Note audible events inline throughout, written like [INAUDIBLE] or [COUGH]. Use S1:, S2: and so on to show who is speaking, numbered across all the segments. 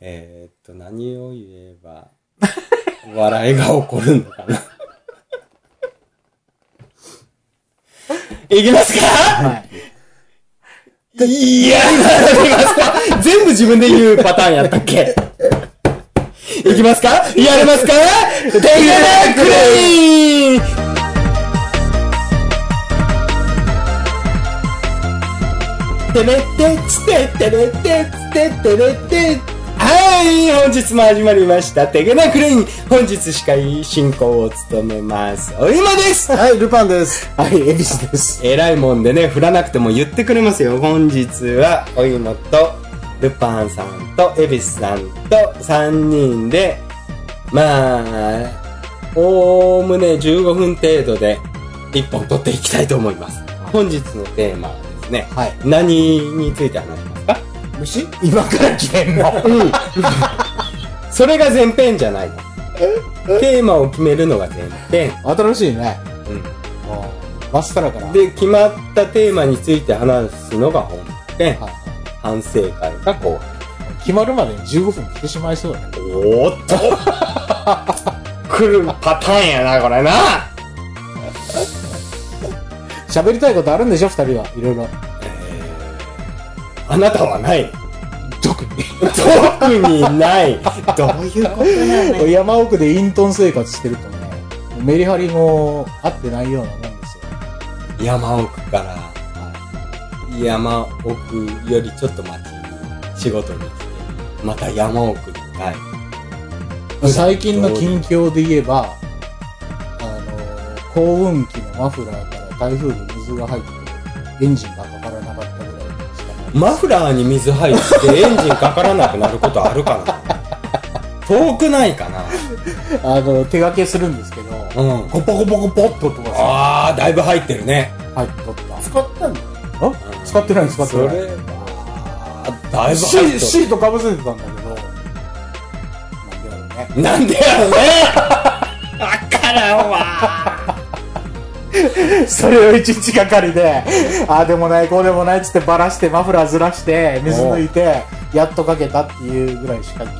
S1: えーっと、何を言えば、笑いが起こるのかな。いきますか
S2: はい。
S1: いや、いきますか全部自分で言うパターンやったっけいきますかやりますかテイクアクレインてれってつてってれってつてってれってはい本日も始まりました。テゲナクレイン本日司会進行を務めます。お今です
S2: はい、ルパンです。
S1: はい、エビシです。えらいもんでね、振らなくても言ってくれますよ。本日は、お芋と、ルパンさんと、エビスさんと、3人で、まあ、おおむね15分程度で、1本取っていきたいと思います。本日のテーマはですね、
S2: はい。
S1: 何について話しますか
S2: 虫今から来てんの。
S1: [LAUGHS] それが前編じゃないの。テーマを決めるのが前編。
S2: [LAUGHS] 新しいね。
S1: うん
S2: もう、真っさらから。
S1: で、決まったテーマについて話すのが本編。
S2: はい
S1: 反省会が後編。
S2: 決まるまでに15分来てしまいそうだね。
S1: おーっと [LAUGHS] 来るパターンやな、これな。
S2: 喋りたいことあるんでしょ二人はいろいろ。
S1: あなたはない。
S2: 特に。
S1: 特にない。どういうことなの
S2: [LAUGHS] 山奥で隠遁生活してるとね、メリハリも合ってないようなもんですよ。
S1: 山奥から、山奥よりちょっと町に仕事に来て、また山奥に帰る。
S2: 最近の近況で言えば、あの、幸運機のマフラーから台風で水が入って、エンジンがかからなかったぐらいでしたね。
S1: マフラーに水入って
S2: [LAUGHS]
S1: エンジンかからなくなることあるかな遠くないかな
S2: あの、手掛けするんですけど、
S1: うん。
S2: コポコポコポっととか
S1: あー、だいぶ入ってるね。
S2: さ、入っとった。
S3: 使ったんだよ
S2: あ使ってない使って
S1: そ
S2: な
S1: れ
S2: い。
S1: は、だいぶ入っとる
S2: シシートかぶせてたんだけど、な
S1: なん
S2: んでやろうね。
S1: でやろね
S2: [LAUGHS]
S1: わからんわ
S2: それを一日がかりで、ああでもない、こうでもないっつってばらして、マフラーずらして、水抜いて、やっとかけたっていうぐらいしか聞い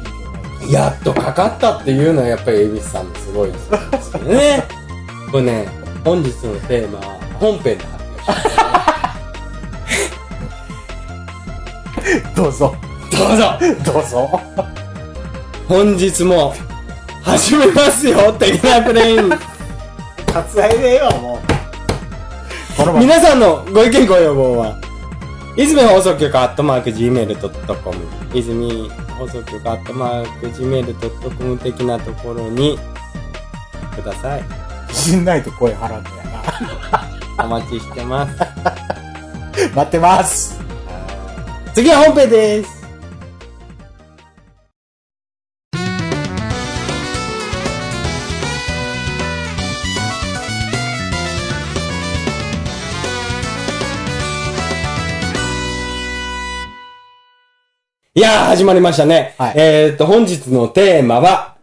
S2: て
S1: やっとかかったっていうのはやっぱり恵比寿さんのすごいですよねこれね本日のテーマは本編で発表します
S2: ない。どうぞ、
S1: どうぞ
S2: どうぞ。
S1: 本日も始めますよ的なプレイン
S2: カツアイでええわ、もう。このまま
S1: 皆さんのご意見ご要望は、泉放送局アットマーク Gmail.com、泉放送局アットマーク Gmail.com 的なところにください。
S2: 自信ないと声払うんだよな。
S1: お待ちしてます。
S2: 待ってます。
S1: 次は本編です。いやー、始まりましたね。
S2: はい
S1: えーっと、本日のテーマは、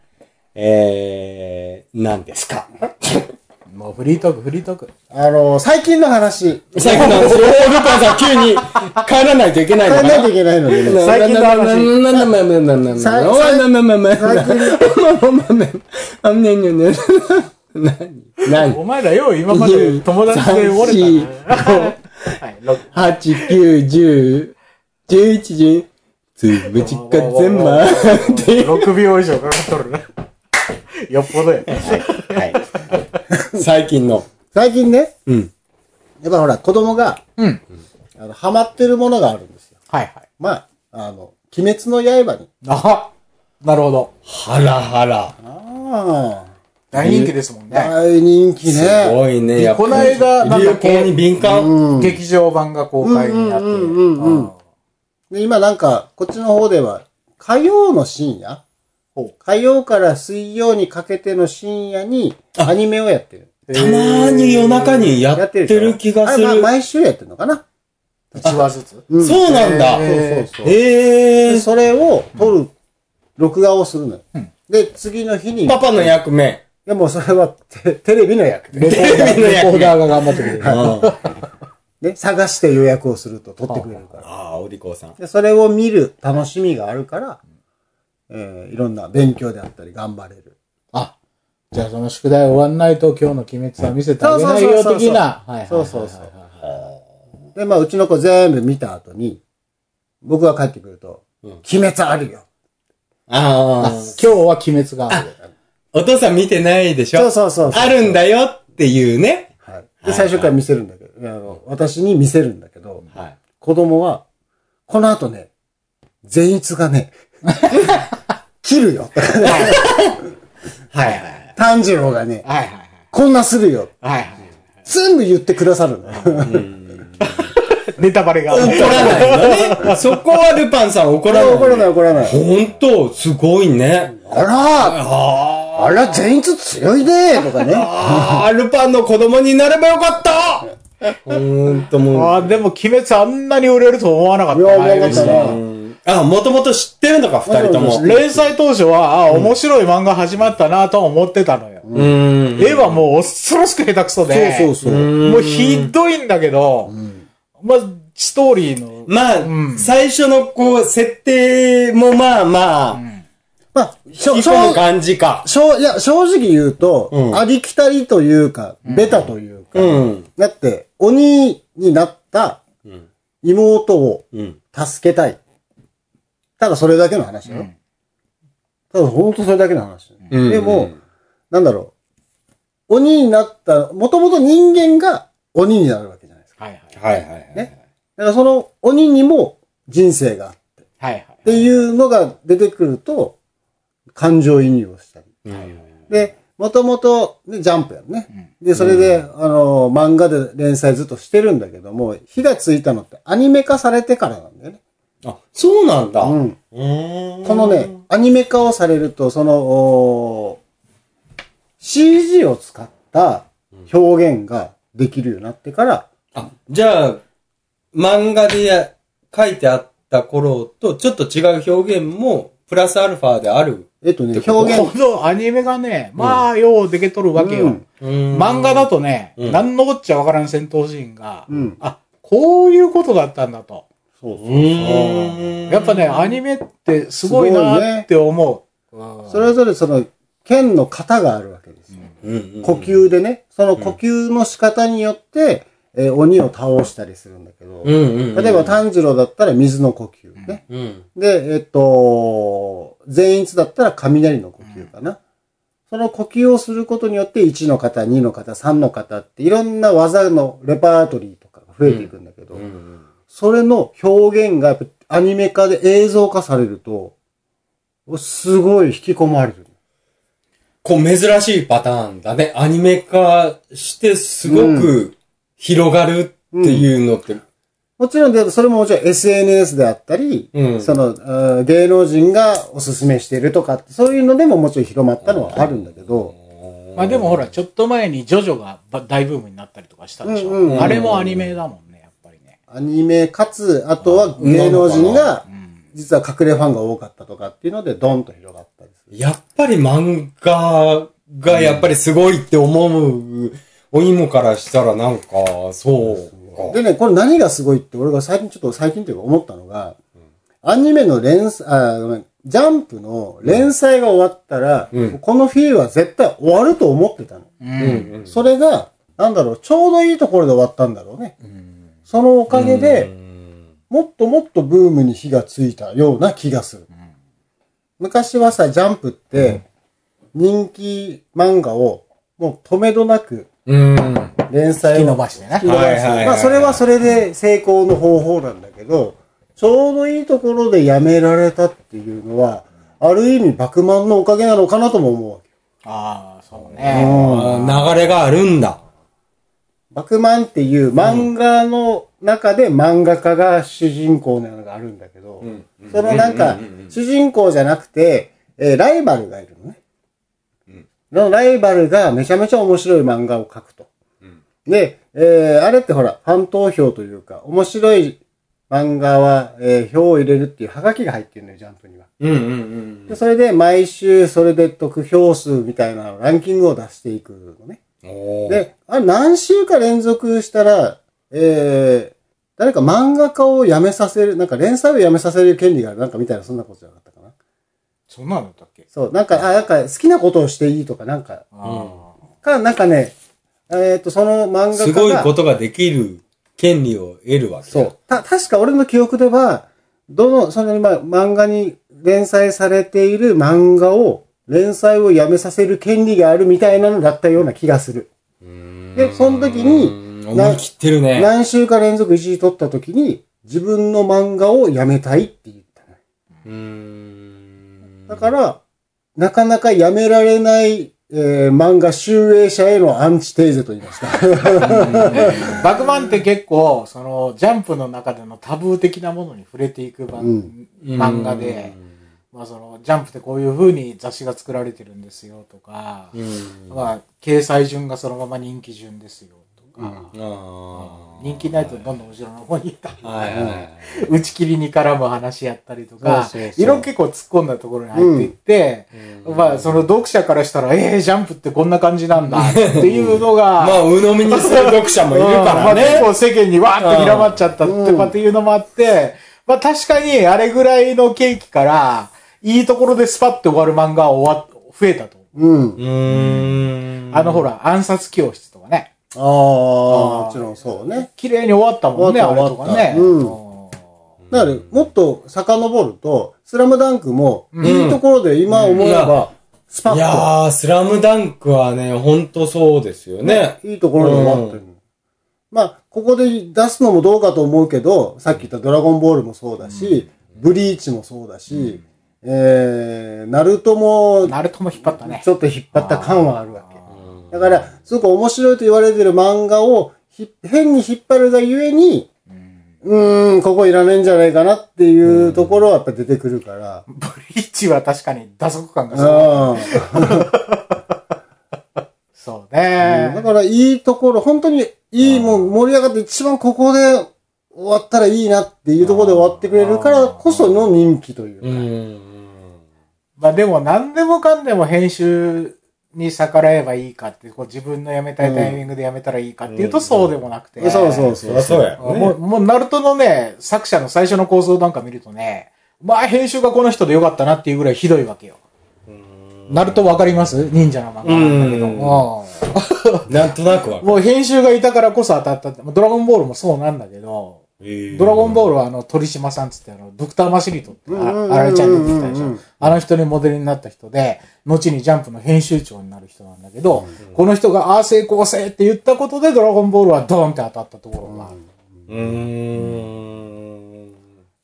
S1: えー、何ですか
S2: もうフリートーク、フリートーク。あの最近の話。
S1: 最近の、おールパンさん急に帰らないといけないのかな
S3: けないのでね
S1: 最
S3: 最
S1: 近
S3: 近
S1: の
S3: の
S1: 話。
S3: 話。
S2: お前らよう今まで友達で折れたな。はい、ロッ6秒以上かかっとるな。 [LAUGHS] よっぽどや。
S1: 最近の。
S3: 最近ね、
S1: うん。
S3: やっぱほら、子供が、
S2: うん。
S3: あの、ハマってるものがあるんですよ。
S2: はいはい。
S3: まあ、あの、鬼滅の刃に。
S2: あなるほど。
S1: ハラハラ。
S3: ああ。
S2: 大人気ですもんね。
S3: 大人気ね。
S1: すごいね。流行に敏感。
S3: うん。
S2: 劇場版が公開になって。
S3: うんうんうんうん
S2: あ
S3: で、今なんか、こっちの方では、火曜の深夜
S2: ほう
S3: 火曜から水曜にかけての深夜に、アニメをやってる。
S2: ー
S1: たまに夜中にや
S3: や
S1: ってる気がす
S3: あれま
S1: る。
S3: 毎週やってるのかな
S2: 一話ずつ。
S3: うん
S1: そうなんだ。
S3: そうそうそう。
S1: え
S3: で、
S1: ー。
S3: それを撮る、録画をするのよ
S2: うん。
S3: で、次の日に、
S1: パパの役目。
S3: でもそれはテテレビの役
S2: レコ
S1: テレビの役
S2: レコーダーが頑張ってくれる。
S1: あ
S3: ね、探して予約をすると撮ってくれるから。
S1: あ、お利口さん。
S3: で、それを見る楽しみがあるから、えーいろんな勉強であったり頑張れる。
S2: あ、じゃあその宿題終わんないと今日の鬼滅は見せてあげないよ的な。はいはいはいはい
S3: そうそうそう。で、まあ、うちの子全部見た後に、僕が帰ってくると、
S1: うん
S3: 鬼滅あるよ。
S2: あ
S1: あ
S2: 今
S1: あ。
S2: 日は鬼滅がある。
S1: お父さん見てないでしょ
S3: そうそうそうそう
S1: あるんだよっていうね。
S3: はい。で、最初から見せるんだけど、あの、私に見せるんだけど、
S1: はい。
S3: 子供は、この後ね、善逸
S1: [LAUGHS]
S3: がね、切るよ。 [LAUGHS]
S1: はいはいはい。
S3: 炭治郎がね、
S1: はいはいはい。
S3: こんなするよ。
S1: はい
S3: 全部言ってくださるの。
S2: ネタバレがある。
S1: 怒らないのね。そこはルパンさん怒らない。
S3: 怒らない怒らない。
S1: 本当すごいね。
S3: あら
S1: あ
S3: あら、善逸強いねとかね。
S1: あー、ルパンの子供になればよかったほんともう。
S2: あーでも鬼滅あんなに売れると思わなかった
S3: いや思わなか
S2: 前
S3: っ
S2: 口
S3: た
S2: さん
S3: ね
S1: うんあ、もともと知ってるのか、二人とも。う
S2: 連載当初は、あー面白い漫画始まったなとは思ってたのよ。
S1: ん。
S2: 絵はもう恐ろしく下手くそで。
S3: [LAUGHS] そうそうそう。
S2: もうひどいんだけど、まあ、ストーリーの、
S1: まあ、
S2: うん
S1: 最初のこう、設定もまあまあ、
S3: まあ、しょ
S1: 引き
S3: しょ
S1: 込む感じか。
S3: しょいや正直言うと、
S1: うん
S3: ありきたりというか、ベタというか、
S1: うん。
S3: だって、鬼になった
S1: ん
S3: 妹を
S1: うん。
S3: 助けたい。ただそれだけの話だよ。ただ本当それだけの話。
S1: うん
S3: でも、なんだろう。鬼になった、もともと人間が鬼になるわけじゃないですか。
S2: はいは
S1: は
S2: い。
S1: いはいはい。
S3: ねだからその鬼にも人生があって
S2: はいはい。
S3: っていうのが出てくると、感情移入をしたり。
S1: うん
S3: で、もともと、ね、ジャンプやんね。で、それで、あの、漫画で連載ずっとしてるんだけども、火がついたのってアニメ化されてからなんだよね。
S1: あ、そうなんだ。
S3: うん。
S1: うん
S3: このね、アニメ化をされると、その、おー CG を使った表現ができるようになってから、
S1: あ、じゃあ、漫画でや書いてあった頃とちょっと違う表現も、プラスアルファである。
S3: えっとね
S1: て、こと
S3: 表現、
S2: このアニメがね、まあ、ようでけとるわけよ。
S3: うん
S2: 漫画だとね、
S1: うん
S2: 何のこっちゃわからん戦闘シーンが、
S3: うん
S2: あ、こういうことだったんだと。
S3: そうそう
S1: うーん。
S2: やっぱね、アニメってすごい
S3: すごい
S2: な
S3: ね
S2: って思
S3: それぞれその、剣の型があるわけですよ。
S1: うんうんうん
S3: 呼吸でね、その呼吸の仕方によって、えー鬼を倒したりするんだけど、
S1: うんうんうん。
S3: 例えば炭治郎だったら水の呼吸ね。
S1: うん。
S3: で、えっと、善逸だったら雷の呼吸かな。その呼吸をすることによって1の型、2の型、3の型っていろんな技のレパートリーとかが増えていくんだけど、
S1: うん
S3: それの表現がやっぱアニメ化で映像化されると、すごい引き込まれる。
S1: こう珍しいパターンだね。アニメ化してすごく広がるっていうのって。
S3: もちろんで、それももちろん SNS であったり、
S1: うん
S3: その、うん芸能人がおすすめしているとかって、そういうのでももちろん広まったのはあるんだけど、
S2: う。まあでもほら、ちょっと前にジョジョがば大ブームになったりとかしたでしょ。
S3: うんうんうん
S2: あれもアニメだもんね、やっぱりね。
S3: アニメかつ、あとは芸能人が
S2: う、ん。
S3: 実は隠れファンが多かったとかっていうので、ドンと広がったりする。
S1: やっぱり漫画がやっぱりすごいって思う、お芋からしたらなんか、そうか。
S3: でね、これ何がすごいって、俺が最近ちょっと最近というか思ったのが、アニメの連載、あ、ごめん、ジャンプの連載が終わったら、
S1: うん
S3: この冬は絶対終わると思ってたの。
S2: うん
S1: うんうん
S3: それが、なんだろう、ちょうどいいところで終わったんだろうね。
S2: うん
S3: そのおかげ
S1: う
S3: で、
S1: ん
S3: もっともっとブームに火がついたような気がする。昔はさ、ジャンプって、人気漫画を、もう止めどなく
S1: うん。
S3: 連
S2: 引
S3: 載を
S2: き伸ばしてね。
S1: はいはいはいはい
S3: まあ、それはそれで成功の方法なんだけど、ちょうどいいところでやめられたっていうのは、ある意味、バクマンのおかげなのかなとも思うわけ。
S2: ああ、そうね。
S1: あ流れがあるんだ。
S3: バクマンっていう漫画の中で漫画家が主人公なのがあるんだけど、
S1: ん
S3: そのなんか、主人公じゃなくて、えーライバルがいるのね。そのライバルがめちゃめちゃ面白い漫画を描くと。で、えーあれってほら、ファン投票というか、面白い漫画は、えー票を入れるっていうハガキが入ってるのよ、ジャンプには。
S1: うんうん
S3: でそれで毎週それで得票数みたいなランキングを出していくのね。
S1: うん。おー
S3: で、あれ何週か連続したら、えー、誰か漫画家を辞めさせる、なんか連載を辞めさせる権利がある、なんかみたいな、そんなことじゃなかったかな。
S2: そんなのだったっけ
S3: そう、なんか、あ、なんか好きなことをしていいとか、なんか、
S2: あー
S3: か、なんかね、えっ、と、その漫画家が、
S1: すごいことができる権利を得るわけだ
S3: そう。た、確か俺の記憶では、どの、その今、漫画に連載されている漫画を、連載をやめさせる権利があるみたいなのだったような気がする。で、その時に、
S1: うん思い切ってるね。
S3: 何週か連続1位取った時に、自分の漫画をやめたいって言ったのよ
S1: うーん
S3: だから、なかなかやめられない、えー漫画集英者へのアンチテーゼと言いました。
S2: バクマンって結構、その、ジャンプの中でのタブー的なものに触れていく番、
S3: うん
S2: 漫画で、まあその、ジャンプってこういう風に雑誌が作られてるんですよとか、
S1: うん
S2: まあ、掲載順がそのまま人気順ですよとか、
S1: あー
S2: 人気ないとどんどん後ろの方に行ったり、
S1: はいはいはい
S2: 打ち切りに絡む話やったりとか、
S1: そうそうそう
S2: 色々結構突っ込んだところに入っていって、まあその読者からしたら、えー、ジャンプってこんな感じなんだっていうの
S1: ま
S2: が、
S1: あ、鵜呑みにする読者もいるから
S2: うんまあ結
S1: ね。
S2: 構世間にわーって広まっちゃったとかっていうのもあって、まあ確かにあれぐらいの契機から、いいところでスパッて終わる漫画は終わ、増えたと。
S3: うん。
S1: うーん。
S2: あのほら、暗殺教室とかね。
S3: ああ、もちろんそうね。
S2: 綺麗に終わったもんね、あれ
S3: 終わ
S2: と
S3: った
S2: かね。
S3: 終
S2: うん
S3: だから、もっと遡ると、スラムダンクも、いいところで今思えば、ス
S1: い
S3: パッ
S1: やー、スラムダンクはね、ほんとそうですよね。
S3: と、いいところで終わってる。まあ、ここで出すのもどうかと思うけど、さっき言ったドラゴンボールもそうだし、ブリーチもそうだし、えー、ナルトも、
S2: ナルトも引っ張ったね
S3: ち。ょっと引っ張った感はあるわけ。だから、すごく面白いと言われてる漫画をひ、変に引っ張るがゆえに、うーん、ここいらねえんじゃないかなっていうところはやっぱ出てくるから。
S2: ブリッジは確かに打足感がすごい。
S3: うん。
S2: そうね。
S3: だから、いいところ、本当にいい、もう盛り上がって一番ここで終わったらいいなっていうところで終わってくれるからこその人気という
S1: う
S3: か。
S1: ん。
S2: まあでも何でもかんでも編集に逆らえばいいかって、こう自分の辞めたいタイミングで辞めたらいいかっていうとそうでもなくて。
S3: そうそう
S1: そ
S3: そ
S1: りゃ
S3: う。
S1: そうや
S2: あ。もう、もう、ナルトのね、作者の最初の構想なんか見るとね、まあ編集がこの人でよかったなっていうぐらいひどいわけよ。ナルトわかります忍者の漫画なんだけど。
S1: うん
S2: も
S1: なんとなくわか
S2: う
S1: る。
S2: もう編集がいたからこそ当たったって。まあドラゴンボールもそうなんだけど、ドラゴンボールはあの、鳥島さんつってあの、ドクターマシリトって
S3: うんうんうんう
S2: あ、
S3: ん
S2: あられちゃん出てきたでしょ。あの人にモデルになった人で、後にジャンプの編集長になる人なんだけど、この人が、ああ、成功せって言ったことで、ドラゴンボールはドーンって当たったところが、
S1: うーん。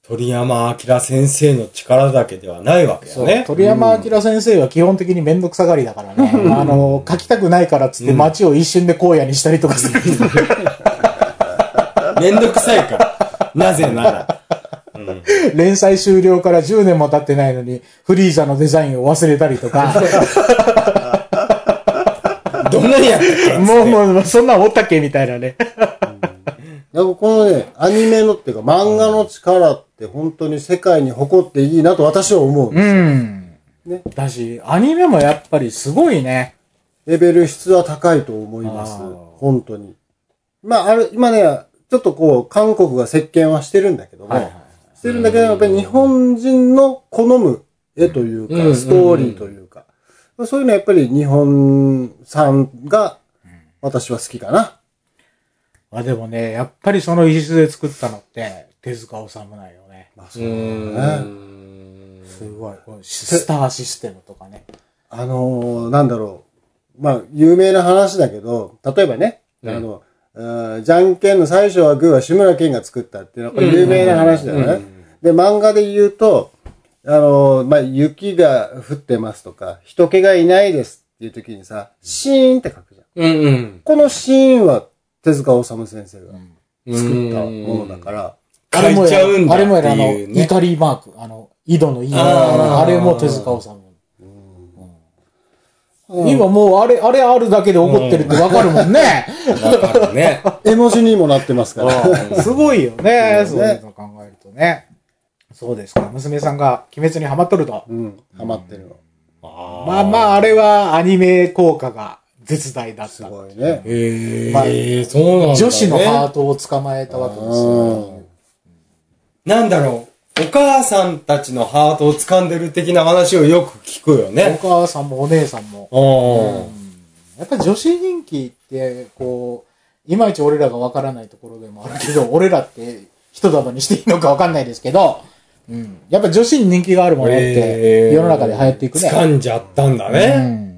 S1: 鳥山明先生の力だけではないわけ
S2: そ
S1: よ
S2: う
S1: ね。
S2: 鳥山明先生は基本的にめんどくさがりだから
S3: [LAUGHS]
S2: ね。あの、書きたくないからっつって街を一瞬で荒野にしたりとかする人。
S1: めんどくさい
S2: [LAUGHS]
S1: から。なぜなら。
S2: 連載終了から10年も経ってないのに、フリーザのデザインを忘れたりと
S3: [LAUGHS]
S2: か、
S1: どんなにやってるかっつって。
S2: もうもう、そんなんおったっけみたいなね。
S3: なんかこのね、アニメのっていうか漫画の力って本当に世界に誇っていいなと私は思う。
S2: うん。
S3: ね
S2: だし、アニメもやっぱりすごいね。
S3: レベル質は高いと思います
S2: あー。
S3: 本当に。まあ、ある、今ね、ちょっとこう、韓国が席巻はしてるんだけども、してるんだけど、やっぱり日本人の好む絵というか、
S1: うん
S3: ストーリーというか、そういうのはやっぱり日本産が、私は好きかな。
S2: まあでもね、やっぱりその石で作ったのって、手塚治虫なんよね。
S3: まあ、
S1: う
S3: そう
S1: ー
S3: ね。
S1: ん。
S2: すごい。こうスターシステムとかね。
S3: あのーなんだろう。まあ、有名な話だけど、例えばね、あの、えーじゃんけんの最初はグーは志村けんが作ったっていうのはこれ有名な話だよね。で、漫画で言うと、あのーまあ、雪が降ってますとか、人気がいないですっていう時にさ、シーンって書くじゃん。
S1: うんうん。
S3: このシーンは手塚治虫先生が作ったものだ
S1: ら
S3: から、
S1: 変えちゃうんだ
S2: あ
S1: って
S2: れもやるあ
S1: いう
S2: の、イ
S1: ね。
S2: タリーマーク。あの、井戸の井の
S1: あー
S2: あれも手塚治虫。
S3: うん
S2: 今もうあれ、あれあるだけで怒ってるってわかるもんね。
S1: わかるね。
S3: 絵文字にもなってますから。
S2: [LAUGHS] すごいよね。
S3: そ
S2: そうう
S3: ね
S2: いうの考えるとね。そうですか。娘さんが鬼滅にハマっとると。
S3: うん、ハマってるの。
S2: まあまあ、あれはアニメ効果が絶大だっ
S3: す
S2: た。
S3: ごいね。
S1: へ
S2: まあ
S1: え、そうなんだね。
S2: 女子のハートを捕まえたわけですよ。
S3: うん
S1: なんだろう。お母さんたちのハートを掴んでる的な話をよく聞くよ
S2: お
S1: ね。
S2: 母さんもお姉さんも。
S1: お
S2: やっぱ女子人気って、こう、いまいち俺らがわからないところでもあるけど、俺らって人束にしていいのかわかんないですけど、うん。やっぱ女子に人気があるものって、世の中で流行っていくね。
S1: 掴んじゃったんだね。
S2: うん。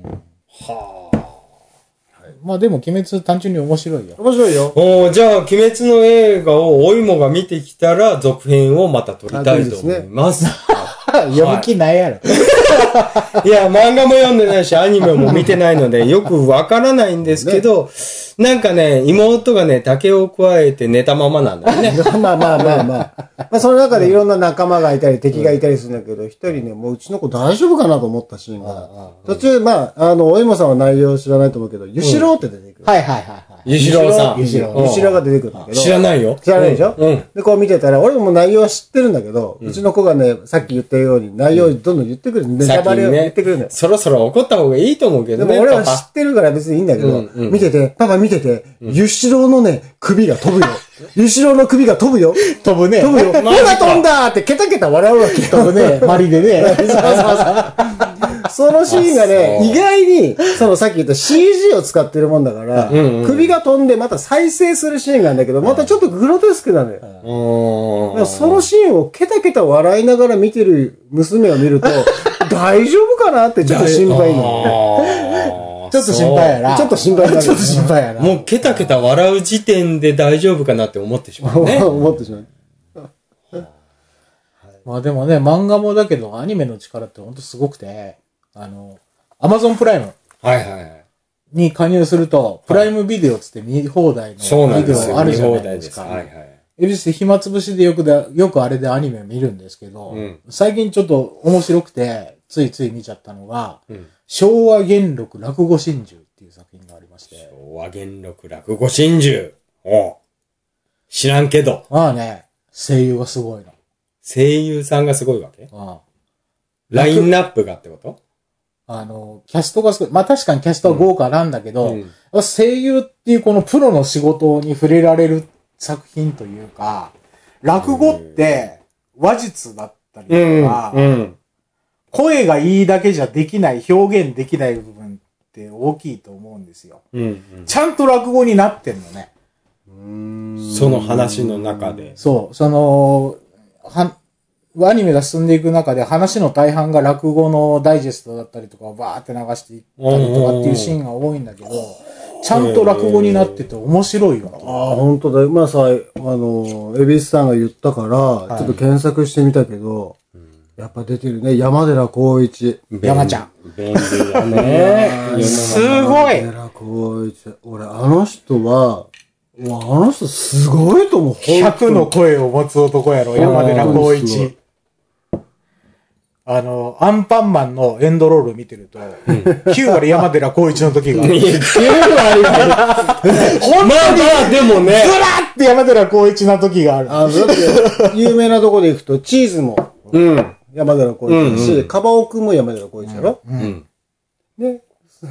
S2: まあでも、鬼滅単純に面白いよ。
S3: 面白いよ。
S1: おーじゃあ、鬼滅の映画をおいもが見てきたら、続編をまた撮りたいと思います。
S2: [LAUGHS] 読む気ないやろ。
S1: いや、漫画も読んでないし、アニメも見てないの
S2: [LAUGHS]
S1: で、よくわからないんですけど、なんかね、妹がね、竹を加えて寝たままなん
S2: [LAUGHS]
S1: だよね。
S3: [LAUGHS] まあまあまあまあ。まあその中でいろんな仲間がいたり敵がいたりするんだけど、一人ね、もううちの子大丈夫かなと思ったシーンが、途中、まあ、あの、おいもさんは内容知らないと思うけど、ゆしろうって出てくる。
S2: はいはいはいはい。
S1: ゆしろうさん。
S2: ゆしろう
S1: うん
S3: ゆしろうが出てくるんだけど。
S1: 知らないよ。
S3: 知らないでしょ
S1: うんうん。
S3: で、こう見てたら、俺も内容は知ってるんだけど、うちの子がね、さっき言ったように、内容をどんどん言ってくる。ネタバレを言ってくるのよ。
S1: そろそろ怒った方がいいと思うけ
S3: で
S1: ど
S3: も
S1: ね、
S3: 俺
S1: パ
S3: は知
S1: パ。
S3: ってるから別にいいんだけど、
S1: うんうん
S3: 見てて、パパ見てて、ゆしろうのね、首が飛
S1: [LAUGHS]
S3: ぶよ。ゆしろうの首が飛ぶよ。
S2: 飛ぶね。
S3: 飛ぶよ。
S1: マジか
S3: 今飛んだってケタケタ笑う
S1: [LAUGHS]
S3: わけ。
S2: 飛ぶ [LAUGHS] ね。マリでね。
S3: そのシーンが
S1: あそう
S3: ね、意外に、そのさっき言った CG を使ってるもんだから、
S1: んうん
S3: 首が飛んでまた再生するシーンなんだけど、またちょっとグロテスクなのよ。
S1: うー
S3: まあ
S1: ん。
S3: そのシーンをケタケタ笑いながら見てる娘を見ると、大丈夫かなってちょっと心配になる
S1: あー
S2: ちょっと心配やな。
S3: ちょっと心配になる。
S2: ちょっと心配やな。
S1: そうもう、ケタケタ笑う時点で大丈夫かなって思ってしまうね
S3: [LAUGHS] 思ってしまう。
S2: まあでもね、漫画もだけど、アニメの力ってほんとすごくて、あの、アマゾンプライム
S1: はいはいはい。
S2: に加入すると、プライムビデオつって見放題
S1: そう
S2: の
S1: な
S2: ビ
S1: んで
S2: デ
S1: す
S2: オ
S1: よ。
S2: あるじゃな
S1: 放
S2: い
S1: 題
S2: で
S1: ですす。
S2: か。
S1: はいはい。
S2: エビスで暇つぶしでよくだ、よくあれでアニメ見るんですけど、
S1: うん
S2: 最近ちょっと面白くて、ついつい見ちゃったのが、
S1: うん
S2: 昭和元禄落語真珠っていう作品がありまして、
S1: 昭和元禄落語真珠。おう知らんけど。
S2: まあね、声優がすごいの。
S1: 声優さんがすごいわけ
S2: あ
S1: ラインナップがってこと
S2: あの、キャストがすごい。まあ確かにキャストは豪華なんだけど、
S1: うん
S2: 声優っていうこのプロの仕事に触れられる作品というか、落語って話術だったりとか、
S1: うん。
S2: 声がいいだけじゃできない、表現できない部分って大きいと思うんですよ。
S1: うん。
S2: ちゃんと落語になってんのね。
S1: その話の中で。
S2: そう、その、は、アニメが進んでいく中で話の大半が落語のダイジェストだったりとかをバーって流していったりとかっていうシーンが多いんだけど、ちゃんと落語になってて面白いよ。
S3: ああ、本当だ。今さ、あの、恵比寿さんが言ったから、ちょっと検索してみたけど、やっぱ出てるね。山寺宏一。
S2: 山ちゃん。
S1: 便利だ
S3: [LAUGHS]
S1: ね。
S2: すごい
S3: 山寺宏一。俺、あの人は、うわあの人すごいと思う。
S2: 100の声を持つ男やろ、山寺宏
S3: うんすごい
S2: 一。あの、アンパンマンのエンドロール見てると、9割山寺宏一の時が、ずら [LAUGHS]
S1: まあまあ、でもね。
S2: って山寺宏一の時がある。
S3: あの、だって、有名なとこで行くと、チーズも
S1: うん。
S3: 山寺宏一だし、カバオくんも山寺宏一だろ、
S1: うん。
S3: ね。
S1: [LAUGHS]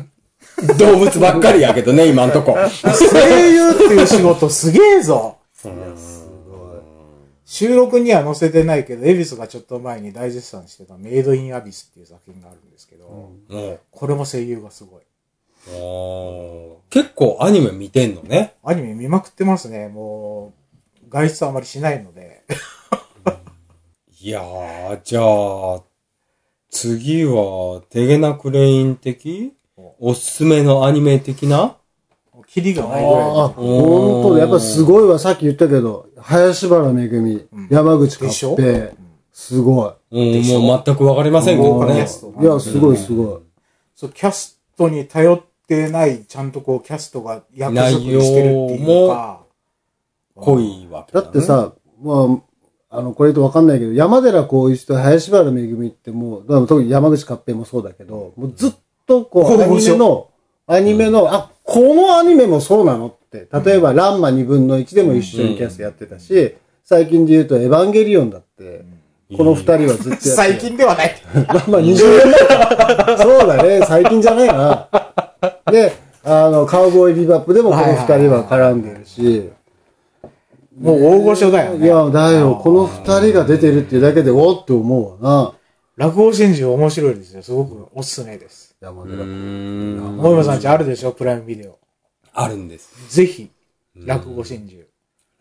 S1: 動物ばっかりやけどね、今んとこ。
S2: 声優っていう仕事すげえぞ。収録には載せてないけど、恵比寿がちょっと前に大絶賛してたメイドインアビスっていう作品があるんですけど、
S1: うん
S2: これも声優がすごい。
S1: 結構アニメ見てんのね。
S2: アニメ見まくってますね。もう、外出あまりしないので。
S1: いやー、じゃあ、次は、テゲナクレイン的おすすめのアニメ的な
S2: もうキリがないぐらい
S3: ああ、本当だ。やっぱすごいわ。さっき言ったけど、林原めぐみ、山口
S2: でしょ
S3: 勝平、すごい。
S1: うん、もう全くわかりませんけど
S2: キャ
S1: ね。
S2: ストが
S3: いや、すごいすごい。
S2: そう、キャストに頼ってない、ちゃんとこう、キャストが役作りしてるって
S1: 内
S2: い
S1: 容
S2: うか
S1: も、濃いわけ
S3: だ
S1: だ、ね。
S3: って、さ、まあ、あの、これとわかんないけど、山寺宏一と林原めぐみってもう、だから特に山口勝平もそうだけど、もうずっとこ
S2: こ
S3: う、
S2: の
S3: アニメの、アニメの、あ、このアニメもそうなのって、例えば、ランマ2分の1でも一緒にキャストやってたし、最近で言うと、エヴァンゲリオンだって、この二人はずっとやってる
S2: 最近ではない。
S3: まあまあ20年前か。そうだね、最近じゃないな。で、あの、カウボーイビバップでもこの二人は絡んでるし、
S2: もう大御所だよね。
S3: いや、だよ。この二人が出てるっていうだけで、おーって思うわ
S2: 落語真珠面白いですよ。すごくおすすめです。
S3: な。山
S1: う
S3: 寺君。
S1: ーん。
S2: もやもやさんちあるでしょプライムビデオ。
S1: あるんです。
S2: ぜひ、落語真珠。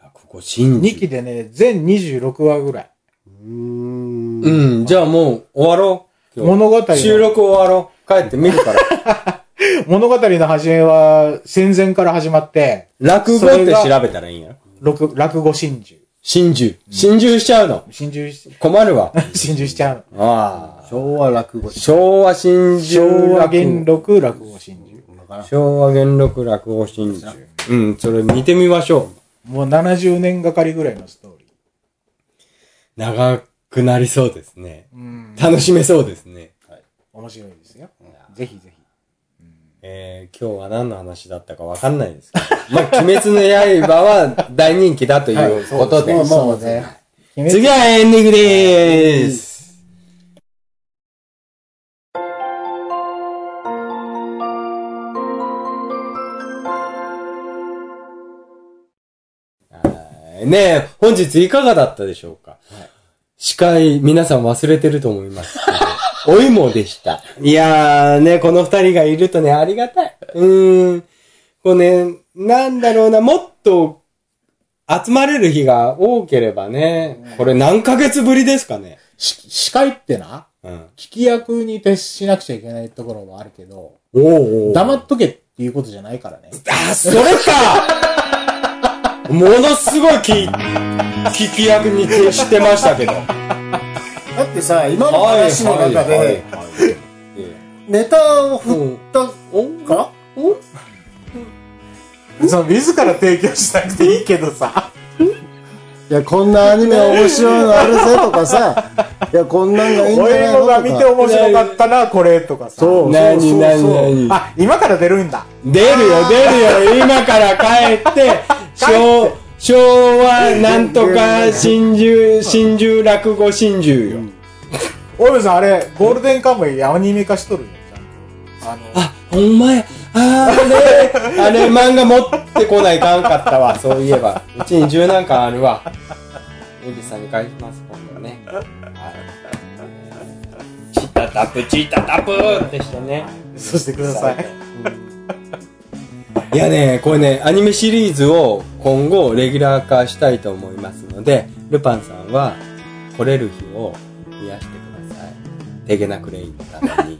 S1: 落語真
S2: 2
S1: 珠。
S2: 期でね、全26話ぐらい。
S3: うーん。
S1: うん、じゃあもう終わろう。今日
S2: 物語の
S1: 収録終わろう。帰って見るから。
S2: 物語の始めは戦前から始まって、
S1: 落語っ
S2: それ
S1: て
S2: が
S1: 調べたらいいんやろ
S2: 六落語真珠。
S1: 真珠。真珠しちゃうの。
S2: 真珠し、
S1: 困るわ。
S2: [LAUGHS] 真珠しちゃう。
S1: ああ。
S3: 昭和落語。
S1: 昭和真珠
S2: 昭和元
S1: 落
S2: 禄落語真珠。
S3: わからん
S1: 昭和元禄落語真珠。うん、それ見てみましょ
S2: もう70年がかりぐらいのストーリー。
S1: う。長くなりそうですね。
S2: うん。
S1: 楽しめそうですね。
S2: 面白いですよ。ぜひぜひ。
S1: えー、今日は何の話だったかわかんないですけど。まあ、鬼滅の刃は大人気だということで。
S2: そうね。鬼滅
S1: 次はエンディングでーす。あーねえ、本日いかがだったでしょうか、司会、皆さん忘れてると思いますけど。おいもでした。 [LAUGHS] いやーね、この二人がいるとね、ありがたい。うーん。こうね、なんだろうな、もっと集まれる日が多ければね、これ何ヶ月ぶりですかね。
S2: し司会ってな、
S1: うん。
S2: 聞き役に徹しなくちゃいけないところもあるけど、
S1: おうおう
S2: 黙っとけっていうことじゃないからね。
S1: あ、それかものすごい聞、聞き役に徹してましたけど。は
S3: だってさ、今の話の中で、
S1: はいえ
S3: ネタを振ったか
S2: その自ら提供しなくていいけどさ。
S3: いや、こんなアニメ面白いのあるぜとかさ、いや、こんなんがいいんじゃないのとか。
S2: 面たな、これとかさ
S3: そう
S1: え何何何
S2: あ、今から出るんだ。
S1: 出るよ出るよ今から帰って昭昭和なんとか新獣新獣落語新獣よ、
S2: 大部さん、あれ、ゴールデンカムイアニメ化しとるよ、ちゃんと。あの、
S1: あほんまやあれあれ漫画持ってこないかんかったわそういえばうちに十何巻あるわエビさんに返します今度ねはいチタタプチタタプってしてね
S2: そうしてください。
S1: いやね、これね、アニメシリーズを今後レギュラー化したいと思いますので、ルパンさんは来れる日を増やしてください。テゲナクレインのために。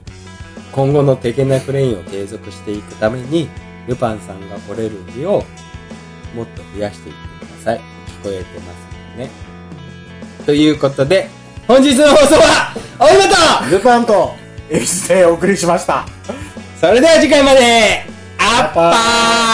S1: 今後のテゲナクレインを継続していくために、ルパンさんが来れる日をもっと増やしていってください。聞こえてますよね。ということで、本日の放送は、おいまた
S3: ルパンと、
S2: エビスでお送りしました。
S1: それでは次回までアッパー